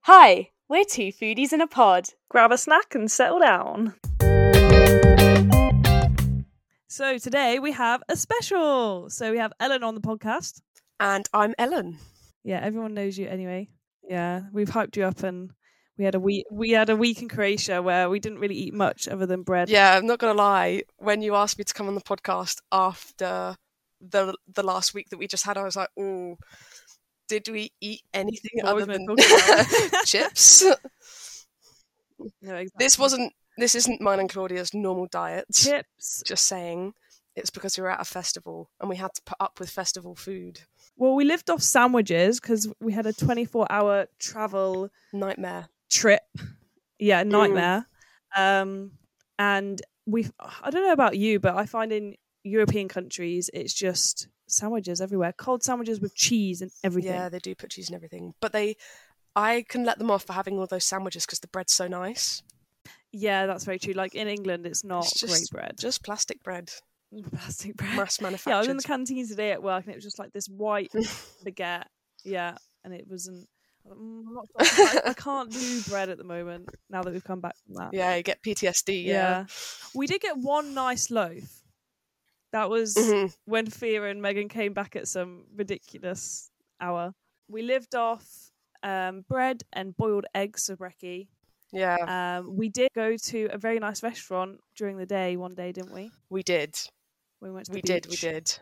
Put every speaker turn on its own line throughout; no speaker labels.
Hi, we're two foodies in a pod.
grab a snack and settle down. So today we have a special. So we have Ellen on the podcast.
And I'm Ellen.
Yeah, everyone knows you anyway. Yeah, we've hyped you up and we had a week we had a week in Croatia where we didn't really eat much other than bread.
Yeah, I'm not gonna lie. When you asked me to come on the podcast after the the last week that we just had, I was like, "Oh, did we eat anything
What was
other
I
than
talking about?
chips?"
No, exactly.
this wasn't. This isn't mine and Claudia's normal diet.
chips.
Just saying, it's because we were at a festival and we had to put up with festival food.
Well, we lived off sandwiches because we had a 24-hour travel
Nightmare.
trip. Yeah, nightmare. Um, and we, I don't know about you, but I find in European countries, it's just sandwiches everywhere, cold sandwiches with cheese and everything.
Yeah, they do put cheese and everything, but they. I can let them off for having all those sandwiches because the bread's so nice.
Yeah, that's very true. Like in England, it's not
It's
great bread,
Just plastic bread,
plastic bread.
mass
yeah, I was
manufactured.
in the canteen today at work, and it was just like this white baguette. Yeah, and it wasn't. "Mm, I'm not, I I can't do bread at the moment. Now that we've come back from that.
yeah, you get PTSD. yeah.
Yeah. We did get one nice loaf. That was
Mhm.
when Fia and Megan came back at some ridiculous hour. We lived off um, bread and boiled eggs for brekkie.
Yeah,
Um, we did go to a very nice restaurant during the day one day, didn't we?
we did.
We went to the
We did. We
beach.
did.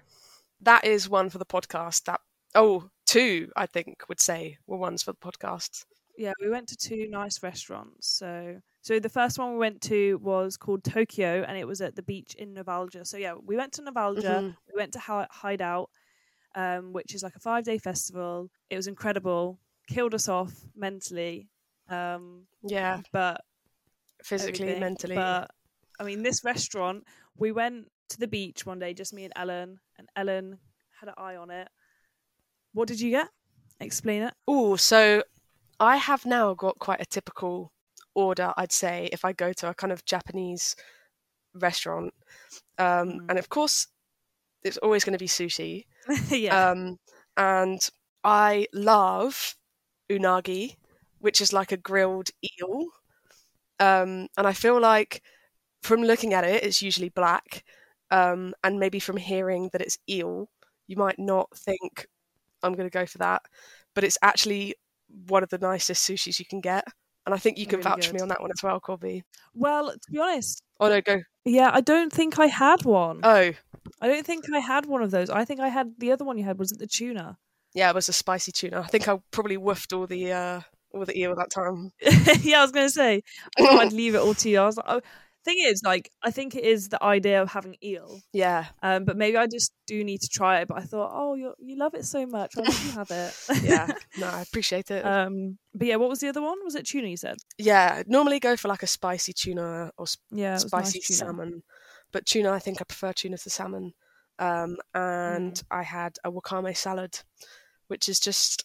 That is one for the podcast. That oh, two I think would say were ones for the podcast.
Yeah, we went to two nice restaurants. So, so the first one we went to was called Tokyo, and it was at the beach in Novalgia. So yeah, we went to Novalgia.
Mhm.
We went to Hi- Hideout, um, which is like a five day festival. It was incredible. Killed us off mentally, um,
Yeah,
but
physically,
everything.
mentally.
But I mean, this restaurant. We went to the beach one day, just me and Ellen, and Ellen had an eye on it. What did you get? Explain it.
Oh, so I have now got quite a typical order. I'd say if I go to a kind of Japanese restaurant, um,
Mm.
and of course, it's always going to be sushi.
yeah.
Um, and I love unagi, which is like a grilled eel. Um, and I feel like from looking at it, it's usually black. Um, and maybe from hearing that it's eel, you might not think, I'm going to go for that. But it's actually one of the nicest sushis you can get. And I think you can
Really
vouch for
good.
me on that one as well, Corby.
well, to be honest,
Oh, no, go.
Yeah, I don't think I had one.
Oh,
I don't think I had one of those. I think I had the other one you had was it the tuna?
yeah, it was a spicy tuna. I think I probably woofed all the, uh, all the eel that time.
yeah, I was gonna say I thought I'd leave it all to you. I was like, oh. thing is, like, I think it is the idea of having eel,
Yeah.
um, but maybe I just do need to try it. But I thought, oh, you you love it so much, why don't you have it?
yeah, no, I appreciate it.
um, but yeah, what was the other one? Was it tuna? You said.
yeah, normally go for like a spicy tuna or sp-
Yeah, it was nice
spicy
tuna.
salmon, but tuna, I think I prefer tuna to salmon. Um, and
Mm.
I had a wakame salad, which is just,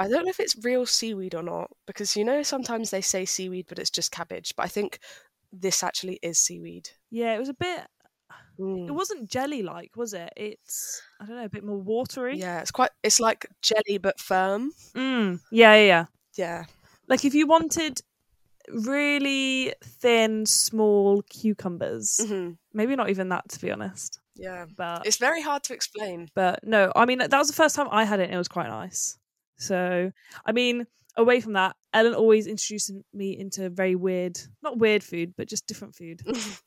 I don't know if it's real seaweed or not, because you know, sometimes they say seaweed, but it's just cabbage. But I think this actually is seaweed.
Yeah, it was a bit. It
Mm.
wasn't jelly like, was it? It's I don't know, a bit more watery.
Yeah, it's quite, it's like jelly but firm.
Mm, yeah, yeah, yeah.
Yeah,
Like if you wanted really thin, small cucumbers,
hmm
maybe not even that to be honest.
yeah.
But
It's very hard to explain.
but no, I mean that was the first time I had it. and It was quite nice. So I mean, away from that, Ellen always introduces me into very weird, not weird food, but just different food.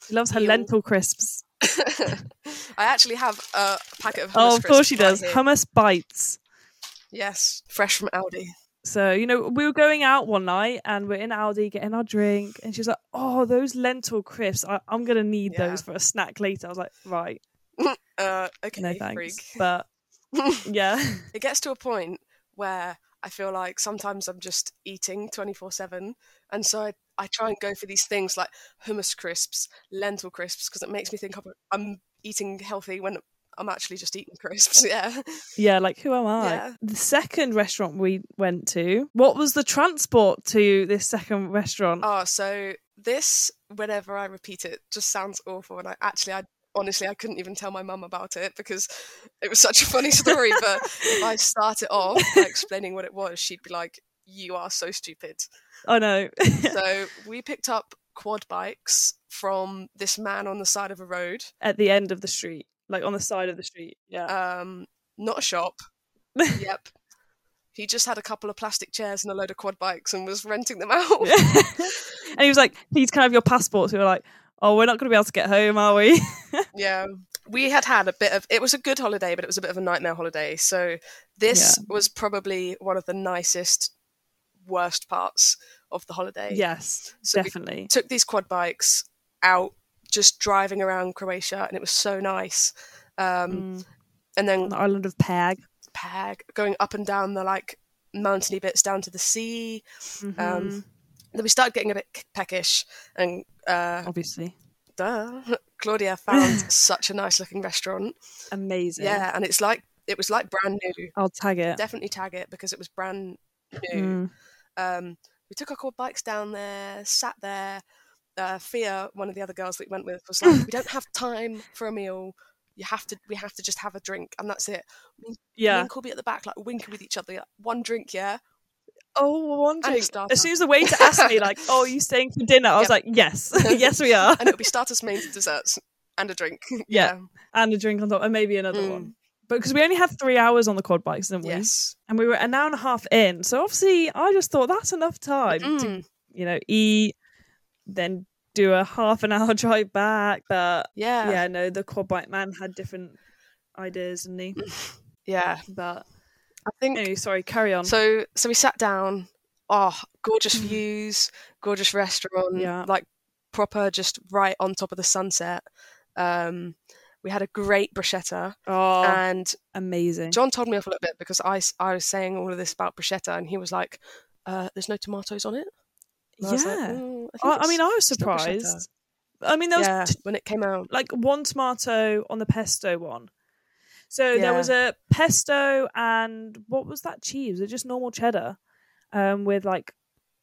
She loves her
Eel.
lentil crisps.
I actually have a packet of hummus
oh, of
crisps
course she
right
does.
here.
Hummus bites.
Yes, fresh from Aldi.
So, you know, we were going out one night and we're in Aldi getting our drink. And she was like, Oh, those lentil crisps, I- I'm going to need
Yeah.
those for a snack later. I was like, Right,
Uh, okay,
no thanks.
freak.
But yeah,
It gets to a point where I feel like sometimes I'm just eating 24 7. And so I, I try and go for these things like hummus crisps, lentil crisps, because it makes me think I'm, I'm eating healthy when I'm actually just eating crisps. Yeah.
yeah, like, who am I?
Yeah.
The second restaurant we went to, what was the transport to this second restaurant?
Oh, so this, whenever I repeat it, just sounds awful. And I actually, I honestly, I couldn't even tell my mum about it because it was such a funny story. but if I start it off by explaining what it was, she'd be like, you are so stupid.
I know.
so we picked up quad bikes from this man on the side of a road.
At the end of the street, like on the side of the street. Yeah.
Um, not a shop. yep. He just had a couple of plastic chairs and a load of quad bikes and was renting them out. Oh.
and he was like, "These kind of your passports." We were like, "Oh, we're not going to be able to get home, are we?"
yeah. We had had a bit of it was a good holiday, but it was a bit of a nightmare holiday. So this was probably one of the nicest worst parts of the holiday.
yes,
So we-
definitely.
took these quad bikes out just driving around croatia and it was so nice um,
Mm.
and
On
then
the island of Pag.
peg going up and down the like mountainy bits down to the sea
Mhm,
then we started getting a bit k- peckish and uh,
obviously,
duh, claudia found such a nice looking restaurant
amazing.
yeah and it's like it was like brand new
I'll tag it.
definitely tag it because it was brand new
Mm.
um, we took our quad bikes down there, sat there. Uh, Fia, one of the other girls that we went with, was like, "We don't have time for a meal. You have to. We have to just have a drink, and that's it." Me
Yeah.
and Corby at the back, like winking with each other. like, one drink, yeah.
Oh, one
And
drink.
starter.
As soon as the waiter asked me, like, "Oh, are you staying for dinner?" I was
Yep.
like, "Yes, yes, we are,"
And it'll be starters, mains, and desserts, and a drink.
Yeah. and a drink on top, and maybe another
Mm.
one. But because we only had three hours on the quad bikes, didn't we?
Yes.
And we were an hour and a half in, so obviously, I just thought that's enough time to
Mm.
you know, eat, then do a half an hour drive back. But
Yeah.
yeah,
Yeah.
no, the quad bike man had different ideas, didn't he? But
I think
anyway, sorry, carry on.
so. So we sat down. Oh, gorgeous views, gorgeous restaurant.
Mm. Yeah.
Like proper, just right on top of the sunset. Um, we had a great bruschetta.
oh,
And
amazing.
uh, John told me off a little bit because I, s- I was saying all of this about bruschetta, and he was like, uh, "There's no tomatoes on it." And I was like,
yeah.
"Mm, I,
I,
think
I mean,
it's-
I was
still bruschetta."
surprised. I mean, there was
yeah,
t-
when it came out,
like one tomato on the pesto one. So
Yeah.
there was a pesto and what was that cheese? Was it just normal cheddar um, with like,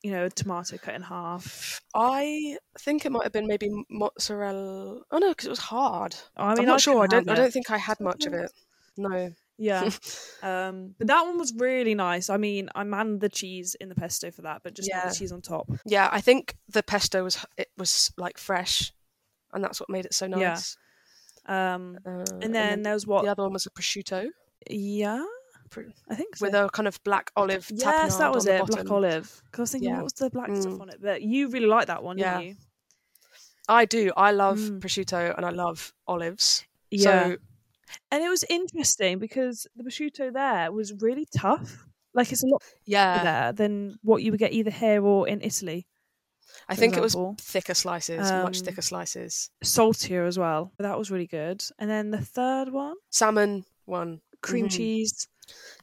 you know, a tomato cut in half?
I think it might have been maybe mozzarella. Oh no, because it was hard.
I
I
mean,
am not sure. I don't.
couldn't have
I
it.
don't think I had much of it. No.
Yeah. um, but that one was really nice. I mean, I manned the cheese in the pesto for that, but just not
Yeah.
the cheese on top.
Yeah, I think the pesto was it was like fresh, and that's what made it so
Yeah.
nice.
Um,
Uh,
and then there was
the
what?
other one was a prosciutto
yeah.
Pr-
I think so.
with a kind of black olive.
yes,
tapenade
that was
on the
it. Black
bottom.
olive. Because I was thinking,
Yeah.
what was the black stuff
Mm.
on it? But you really liked that one,
Yeah.
didn't you?
I do. I love
Mm.
prosciutto and I love olives.
Yeah.
So
and it was interesting because the prosciutto there was really tough. Like it's a lot
yeah,
thicker there than what you would get either here or in Italy.
I think it
example.
was thicker slices, much
Um,
thicker slices.
Saltier as well. But that was really good. And then the third one,
Salmon one.
cream
Mhm.
cheese,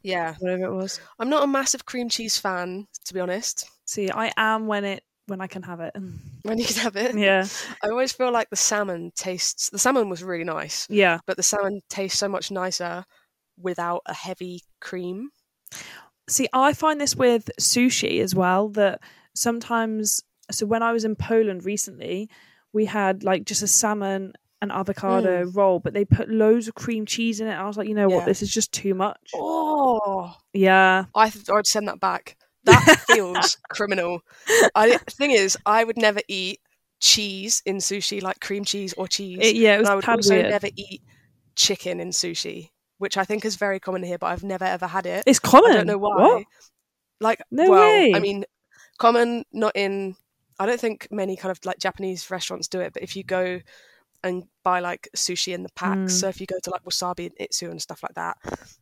Yeah.
whatever it was.
I'm not a massive cream cheese fan, to be honest.
See, I am when it when I can have it.
When you can have it.
yeah,
I always feel like the salmon tastes the salmon was really nice,
yeah.
but the salmon tastes so much nicer without a heavy cream.
See, I find this with sushi as well that sometimes. So when I was in Poland recently, we had like just a salmon and avocado roll, but they put loads of cream cheese in it. I was like, you know
Mm. Yeah.
what, this is just too much.
Oh.
Yeah,
I th- I'd send that back. That feels criminal. I, thing is, I would never eat cheese in sushi, like cream cheese or cheese.
it, yeah, it
and
was
I would
tad
also
weird.
never eat chicken in sushi, which I think is very common here, but I've never ever had it.
It's common.
I don't know why.
What?
Like,
No
well, I
way.
mean, common not in. I don't think many kind of like Japanese restaurants do it, but if you go and buy like sushi in the pack,
Mm.
so if you go to like Wasabi and Itsu and stuff like that,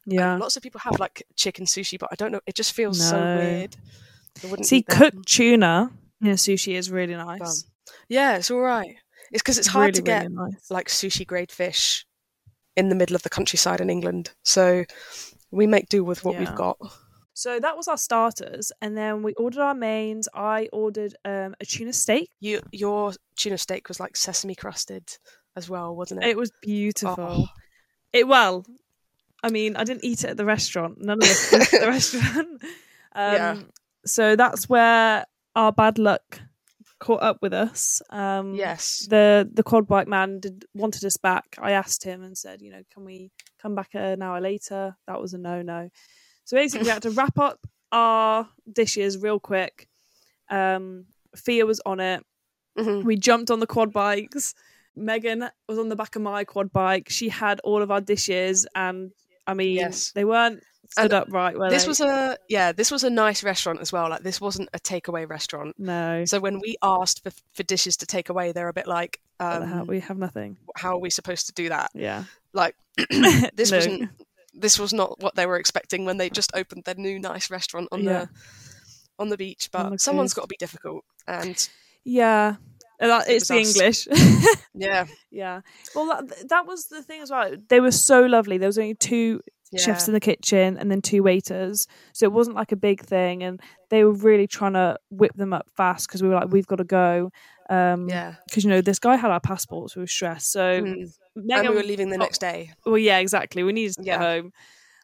Yeah.
lots of people have like chicken sushi, but I don't know. It just feels so
No.
weird. I wouldn't
See,
eat that. Mm,
cooked tuna in a sushi is really nice.
But- yeah, it's all right. It's because it's hard
really,
to get
really nice.
like sushi grade fish in the middle of the countryside in England. So we make do with what
Yeah.
we've got.
So that was our starters, and then we ordered our mains. I ordered um, a tuna steak.
You, your tuna steak was like sesame crusted as well, wasn't it?
It was
Oh.
beautiful. It well, I mean, I didn't eat it at the restaurant. None of us ate it at the restaurant. Um,
Yeah.
So that's where our bad luck caught up with us. Um,
yes.
The the quad bike man did wanted us back. I asked him and said, you know, can we come back an hour later? That was a no no. So basically, we had to wrap up our dishes real quick. Um, Fia was on it.
Mhm.
We jumped on the quad bikes. Megan was on the back of my quad bike. She had all of our dishes, and I mean,
Yes.
they weren't stood
And
up right. Were
This
they?
was a yeah, this was a nice restaurant as well. Like this wasn't a takeaway restaurant.
no.
So when we asked for, for dishes to take away, they're a bit like,
What the hell?
um,
we have nothing.
how are we supposed to do that?
Yeah.
Like this
No.
wasn't this was not what they were expecting when they just opened their new nice restaurant on
Yeah.
the on the beach.
On
But
the
someone's
coast.
got to be difficult, and
Yeah. Uh, that-
It
it's the
was
English.
yeah,
yeah. Well, that, that was the thing as well. They were so lovely. There was only two chefs in the kitchen and then two waiters. So it wasn't like a big thing. And they were really trying to whip them up fast because we were like, we've got to go. Um,
yeah.
Because, you know, this guy had our passports. We were stressed. So,
Mm. And
Megan,
we were leaving the next day.
well, yeah, exactly. We needed to
Yeah.
get home.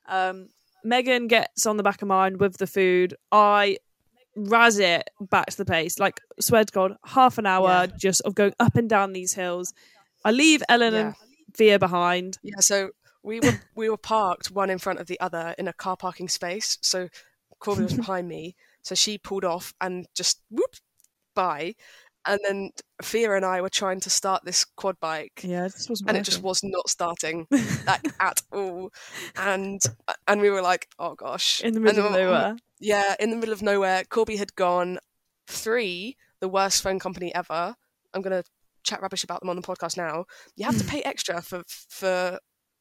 Um, Megan gets on the back of mine with the food. I razz it back to the place. Like, swear to God, half an hour just of going up and down these hills. I leave Ellen and Via behind.
Yeah, so we were we were parked one in front of the other in a car parking space. So Corby was behind me, so she pulled off and just whoop by, and then Fia and I were trying to start this quad bike,
Yeah, this wasn't.
and it just was not starting like at all, and uh, and we were like, oh gosh,
in the middle
and
of
then-
nowhere.
Yeah, in the middle of nowhere, Corby had gone three, the worst phone company ever. I'm gonna chat rubbish about them on the podcast now. You have to pay extra for for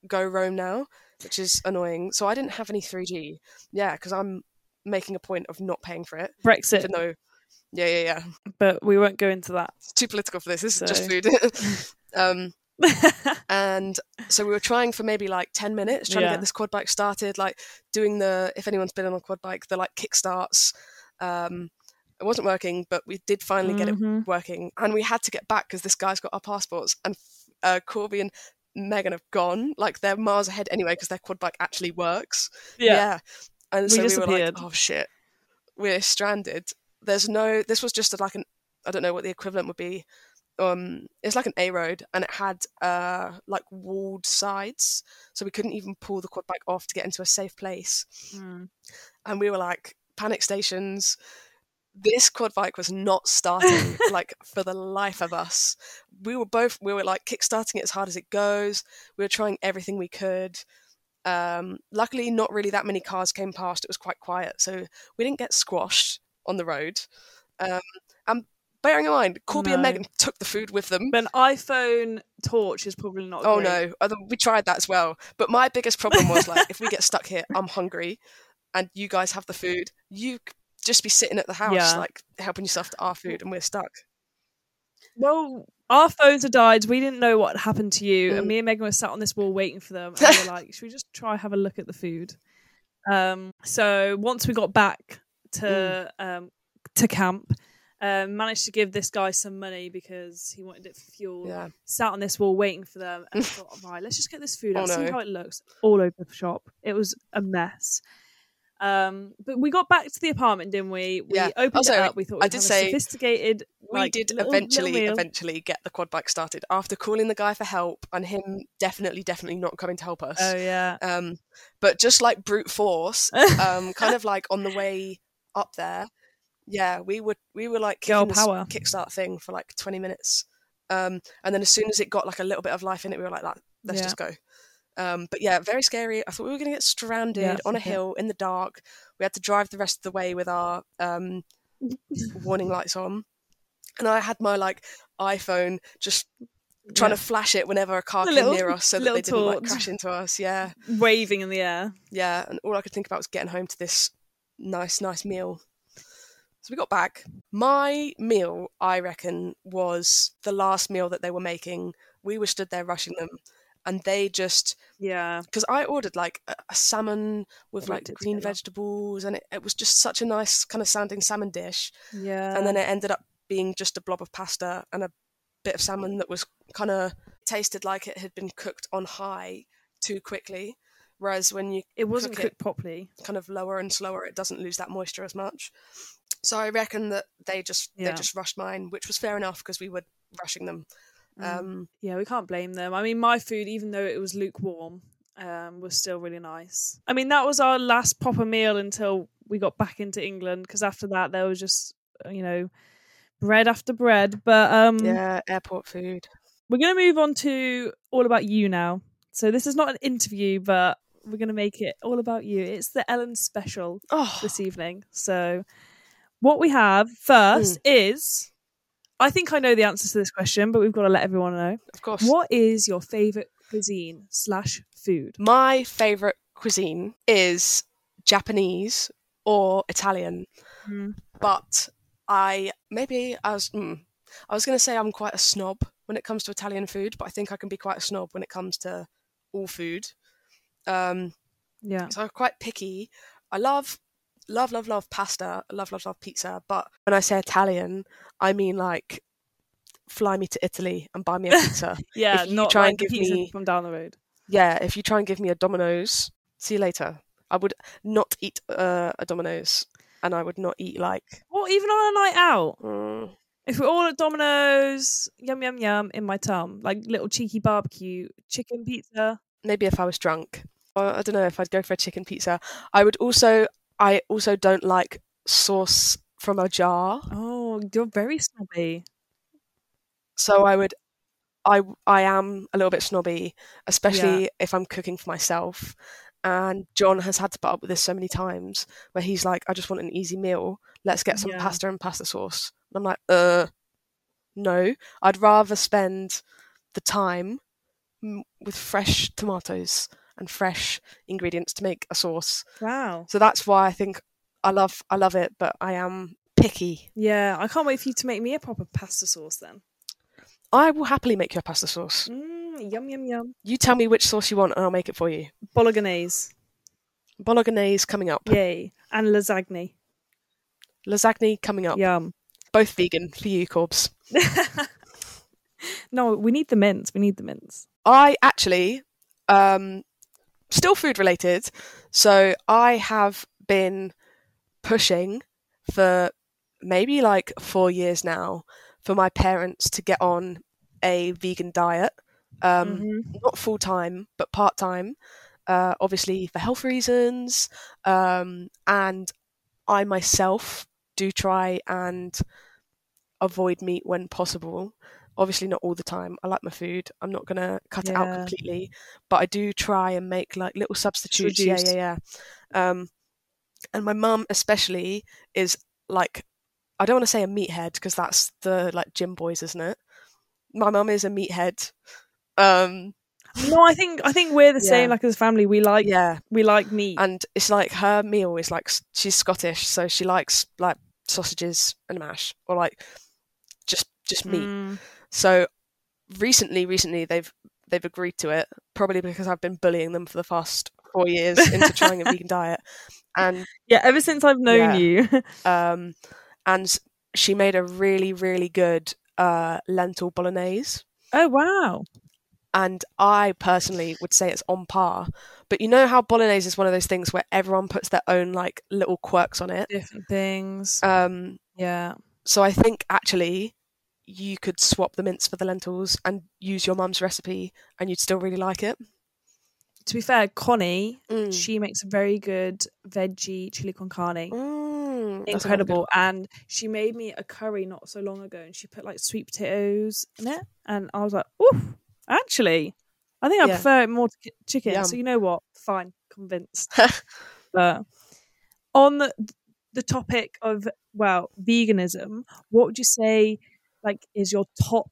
Go Roam now, which is annoying. So I didn't have any 3G. Yeah, because I'm making a point of not paying for it,
Brexit,
even though. Yeah, yeah, yeah.
but we won't go into that.
It's too political for this. This is just
So-
food. um, and so we were trying for maybe like 10 minutes trying to
Yeah.
get this quad bike started like doing the if anyone's been on a quad bike the like kick starts um it wasn't working but we did finally get it Mm-hmm.
Mhm.
working and we had to get back because this guy's got our passports and uh, corby and megan have gone like they're miles ahead anyway because their quad bike actually works
Yeah.
and
We
so we were like
disappeared.
oh shit we're stranded there's no this was just like an i don't know what the equivalent would be um it's like an a road and it had uh like walled sides so we couldn't even pull the quad bike off to get into a safe place
Mm.
and we were like panic stations this quad bike was not starting like for the life of us we were both we were like kickstarting it as hard as it goes we were trying everything we could um luckily not really that many cars came past it was quite quiet so we didn't get squashed on the road um and bearing in mind corby and
No.
megan took the food with them
But an iPhone torch is probably not.
Oh
great.
no, Although we tried that as well. But my biggest problem was like, if we get stuck here, I'm hungry, and you guys have the food. You c- just be sitting at the house,
Yeah.
like helping yourself to our food, and we're stuck.
Well, our phones had died. We didn't know what happened to you.
Mm.
And me and Megan were sat on this wall waiting for them. And we were like, should we just try have a look at the food? Um, so once we got back to um, to camp, um, managed to give this guy some money because he wanted it for fuel.
Yeah,
Sat on this wall waiting for them and thought, right, let's just get this food
Oh,
out, see
no.
how it looks. All over the shop. It was a mess. Um, but we got back to the apartment, didn't we? We
Yeah.
opened
Also,
it up. We thought we'd
did
have
say,
a sophisticated.
we
like,
did
little- little
eventually,
meal.
eventually get the quad bike started after calling the guy for help, and him definitely, definitely not coming to help us.
Oh yeah.
Um, but just like brute force, um, kind of like on the way up there, yeah, we were we were like
Girl
kicking this
power.
kickstart thing for like twenty minutes, um, and then as soon as it got like a little bit of life in it, we were like, "That- let's
Yeah.
just go. Um, but yeah, very scary. I thought we were going to get stranded
Yeah,
on a
that's it.
hill in the dark. We had to drive the rest of the way with our um, warning lights on, and I had my like iPhone just trying
Yeah.
to flash it whenever a car
The
came
little-
near us so that
little
they didn't like
torch.
crash into us. Yeah
waving in the air.
yeah, and all I could think about was getting home to this nice, nice meal. So we got back. My meal, I reckon, was the last meal that they were making. We were stood there rushing them, and they just
Yeah.
because I ordered like a, a salmon with
We
like
did
green
together.
vegetables, and it, it was just such a nice kind of sounding salmon dish.
Yeah.
and then it ended up being just a blob of pasta and a bit of salmon that was kind of tasted like it had been cooked on high too quickly. Whereas when you
it wasn't
cook it.
cooked properly.
kind of lower and slower, it doesn't lose that moisture as much. So I reckon that they just
Yeah.
they just rushed mine, which was fair enough because we were rushing them.
Mm.
Um,
Yeah, we can't blame them. I mean, my food, even though it was lukewarm, um, was still really nice. I mean, that was our last proper meal until we got back into England because after that there was just uh, you know bread after bread. But um,
Yeah, airport food.
we're going to move on to all about you now. So this is not an interview, but we're going to make it all about you. It's the Ellen special
Oh,
this evening. So what we have first is, I think I know the answer to this question, but we've got to let everyone know.
of course.
What is your favorite cuisine slash food?
My favourite cuisine is Japanese or Italian,
Mm.
but I maybe I was mm, I was going to say I'm quite a snob when it comes to Italian food, but I think I can be quite a snob when it comes to all food. Um,
Yeah,
so I'm quite picky. I love, love, love, love pasta. I love, love, love pizza. But when I say Italian, I mean like, fly me to Italy and buy me a pizza.
yeah.
If you try and
the
give
pizza
me-
from down the road.
yeah, if you try and give me a Domino's, see you later. I would not eat uh, a Domino's, and I would not eat like.
Or even on a night out,
Mm,
if we're all at Domino's, yum yum yum in my tum, like little cheeky barbecue, chicken pizza.
maybe if I was drunk, or I don't know if I'd go for a chicken pizza. I would also. I also don't like sauce from a jar.
Oh, you're very snobby.
so I would I I am a little bit snobby, especially if I'm cooking for myself. And John has had to put up with this so many times where he's like, I just want an easy meal. Let's get some
Yeah.
pasta and pasta sauce. And I'm like, uh no. I'd rather spend the time m- with fresh tomatoes and fresh ingredients to make a sauce.
Wow.
So that's why I think I love I love it, but I am picky.
Yeah, I can't wait for you to make me a proper pasta sauce then.
I will happily make your pasta sauce.
Mm, yum yum yum.
You tell me which sauce you want and I'll make it for you.
Bolognese.
Bolognese coming up.
Yay. And lasagne.
Lasagne coming up.
Yum.
Both vegan for you, Corbs.
no, we need the mints. We need the mints.
I actually, um, still food related, so I have been pushing for maybe like four years now for my parents to get on a vegan diet. Um,
Mm-hmm.
not full time, but part time, uh, obviously for health reasons. Um, and I myself do try and avoid meat when possible. Obviously, not all the time. I like my food. I'm not going to cut it out
Yeah.
completely, but I do try and make like little substitutes.
reduce.
Yeah, yeah, yeah. Um, and my mum, especially, is like, I don't want to say a meathead because that's the like gym boys, isn't it? My mum is a meathead. Um,
No, I think I think we're the same.
Yeah.
Like as a family, we like
yeah
we like meat.
and it's like her meal is like s- she's scottish so she likes like sausages and mash or like just just meat
Mm.
so recently recently they've they've agreed to it probably because i've been bullying them for the past four years into trying a vegan diet and
Yeah, ever since I've known
Yeah.
you.
um and s- she made a really really good uh lentil bolognese
oh wow.
and I personally would say it's on par. But you know how bolognese is one of those things where everyone puts their own like little quirks on it.
Different things.
Um,
yeah.
so I think actually you could swap the mince for the lentils and use your mum's recipe, and you'd still really like it.
To be fair, Connie,
Mm.
she makes a very good veggie chili con carne.
Mm, that's another good
incredible. And she made me a curry not so long ago, and she put like sweet potatoes in it, and I was like, "Oof, actually, I think I
Yeah.
prefer it more to ki- chicken."
Yum.
So you know what? Fine, convinced. but on the, the topic of well, veganism, what would you say like is your top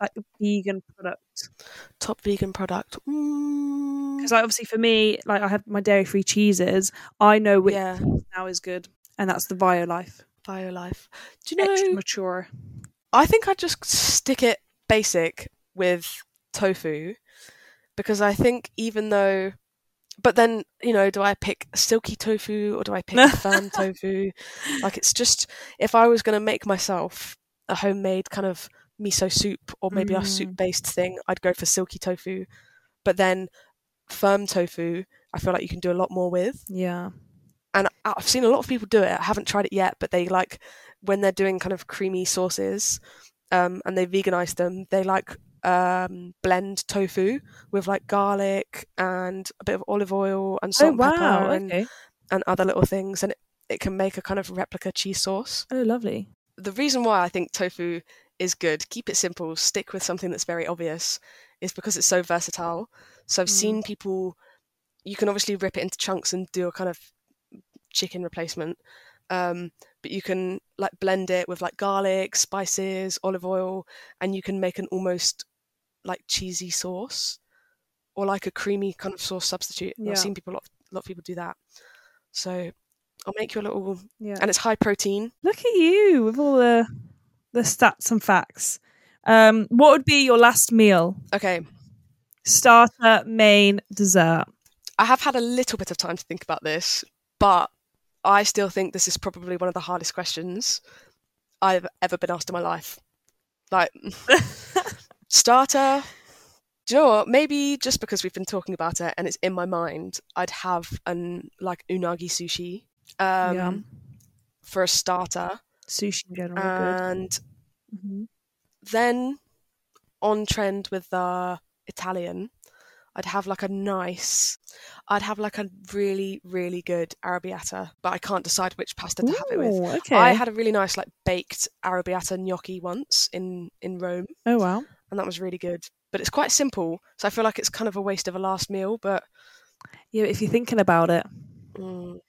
like vegan product?
one. top vegan product. Mm.
Because like, obviously for me, like I have my dairy-free cheeses. I know which
yeah,
now is good, and that's the Biolife.
BioLife. Do you know?
Extra mature.
I think I'd just stick it basic with tofu because I think even though but then, you know, do I pick silky tofu or do I pick firm tofu? Like it's just if I was gonna make myself a homemade kind of miso soup or maybe a
Mm.
soup based thing, I'd go for silky tofu. But then firm tofu I feel like you can do a lot more with
Yeah.
and I- I've seen a lot of people do it. I haven't tried it yet, but they like when they're doing kind of creamy sauces, um, and they veganize them. They like um, blend tofu with like garlic and a bit of olive oil and salt and pepper and,
Oh, Okay.
and other little things, and it, it can make a kind of replica cheese sauce.
Oh, lovely.
The reason why I think tofu is good, keep it simple, stick with something that's very obvious, is because it's so versatile. So I've
Mm.
seen people, you can obviously rip it into chunks and do a kind of chicken replacement. Um, but you can like blend it with like garlic, spices, olive oil, and you can make an almost like cheesy sauce or like a creamy kind of sauce substitute.
Yeah.
I've seen people a lot, lot of people do that. So I'll make you a little,
Yeah.
and it's high protein.
Look at you with all the the stats and facts. Um, what would be your last meal?
Okay,
Starter, main, dessert.
I have had a little bit of time to think about this, but I still think this is probably one of the hardest questions I've ever been asked in my life. Like, starter, do you know what? Maybe just because we've been talking about it and it's in my mind, I'd have an like unagi sushi um,
Yum.
for a starter,
Sushi in general. good.
and
Mhm.
then on trend with the Italian, I'd have like a nice, I'd have like a really, really good arabiata, but I can't decide which pasta to have it with.
Ooh, okay.
I had a really nice like baked arabiata gnocchi once in in Rome,
oh wow.
and that was really good. But it's quite simple, so I feel like it's kind of a waste of a last meal. But
Yeah, if you're thinking about it.
mm,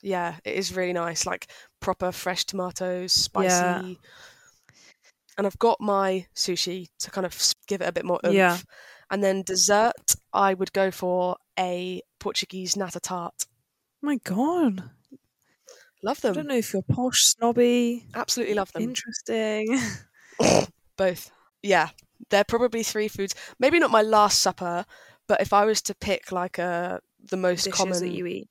yeah, it is really nice, like proper fresh tomatoes, spicy.
Yeah.
And I've got my sushi to kind of s- give it a bit more oomph.
Yeah.
And then dessert, I would go for a Portuguese nata tart.
My God.
Love
I don't
them.
know if you're posh, snobby,
Absolutely love
Um,
them.
interesting.
Both. Yeah. They're probably three foods. Maybe not my last supper, but if I was to pick like a the most
dishes
common
that you eat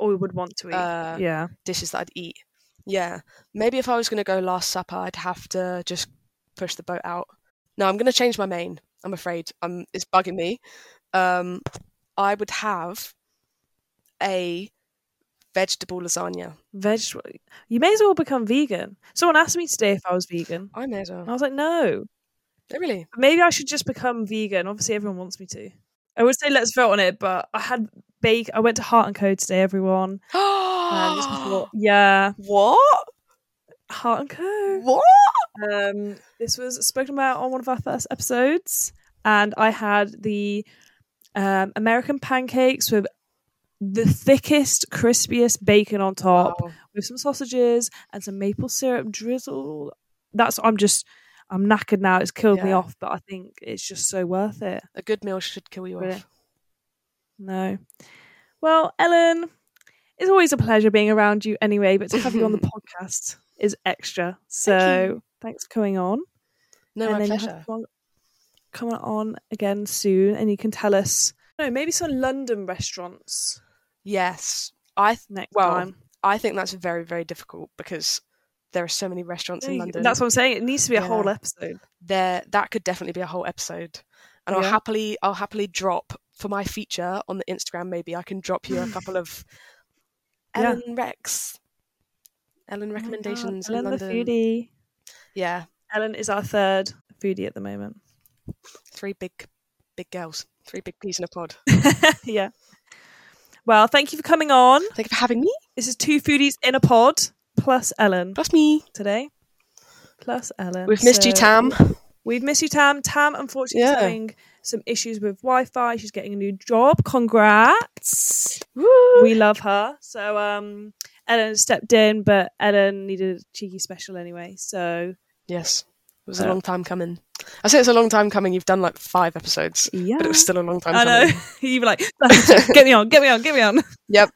or would want to eat.
uh,
yeah.
dishes that I'd eat. Yeah. Maybe if I was going to go last supper, I'd have to just push the boat out. No, I'm going to change my main. I'm afraid. Um, it's bugging me. Um, I would have a vegetable lasagna.
Vegetable. You may as well become vegan. Someone asked me today if I was vegan.
I may as well.
I was like, no.
Oh, really?
Maybe I should just become vegan. Obviously, everyone wants me to. I would say let's vote on it, but I had bake. I went to Heart and Co today, everyone. And this was what- yeah,
what?
Heart and Co.
What?
Um, this was spoken about on one of our first episodes, and I had the um, American pancakes with the thickest, crispiest bacon on top,
Wow.
with some sausages and some maple syrup drizzle. That's I'm just I'm knackered now. It's killed me
Yeah.
off, but I think it's just so worth it.
A good meal should kill you
Brilliant.
off.
No. Well, Ellen, it's always a pleasure being around you anyway, but to have you on the podcast is extra. So thanks for coming on.
No,
and
my
then you have
pleasure.
to come on- Come on again soon and you can tell us no, maybe some London restaurants
Yes. I th-
next
Well,
time.
I think that's very, very difficult because there are so many restaurants in London.
That's what I'm saying. It needs to be a
Yeah.
whole episode.
there that could definitely be a whole episode and i'll
Yeah.
happily i'll happily drop for my feature on the instagram maybe i can drop you a couple of
Yeah.
ellen rex ellen recommendations
Ellen
in london
the foodie.
yeah
Ellen is our third foodie at the moment.
three big big girls three big peas in a pod
yeah. Well, thank you for coming on.
thank you for having me
This is two foodies in a pod plus Ellen
bless me
today. Plus Ellen.
we've missed you
So-
tam
We've missed you, Tam. Tam, unfortunately, is
Yeah.
having some issues with Wi Fi. She's getting a new job. Congrats.
Woo!
We love her. So, um, Ellen stepped in, but Ellen needed a cheeky special anyway. So,
yes it was
Uh,
a long time coming i say it's a long time coming you've done like five episodes
yeah.
but it was still a long time
I know.
coming
you were like, get me on, get me on, get me on.
yep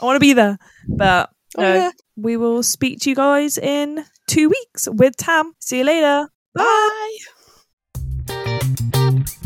I want to be there. But
Oh,
no,
yeah.
we will speak to you guys in two weeks with Tam. See you later. Bye.
bye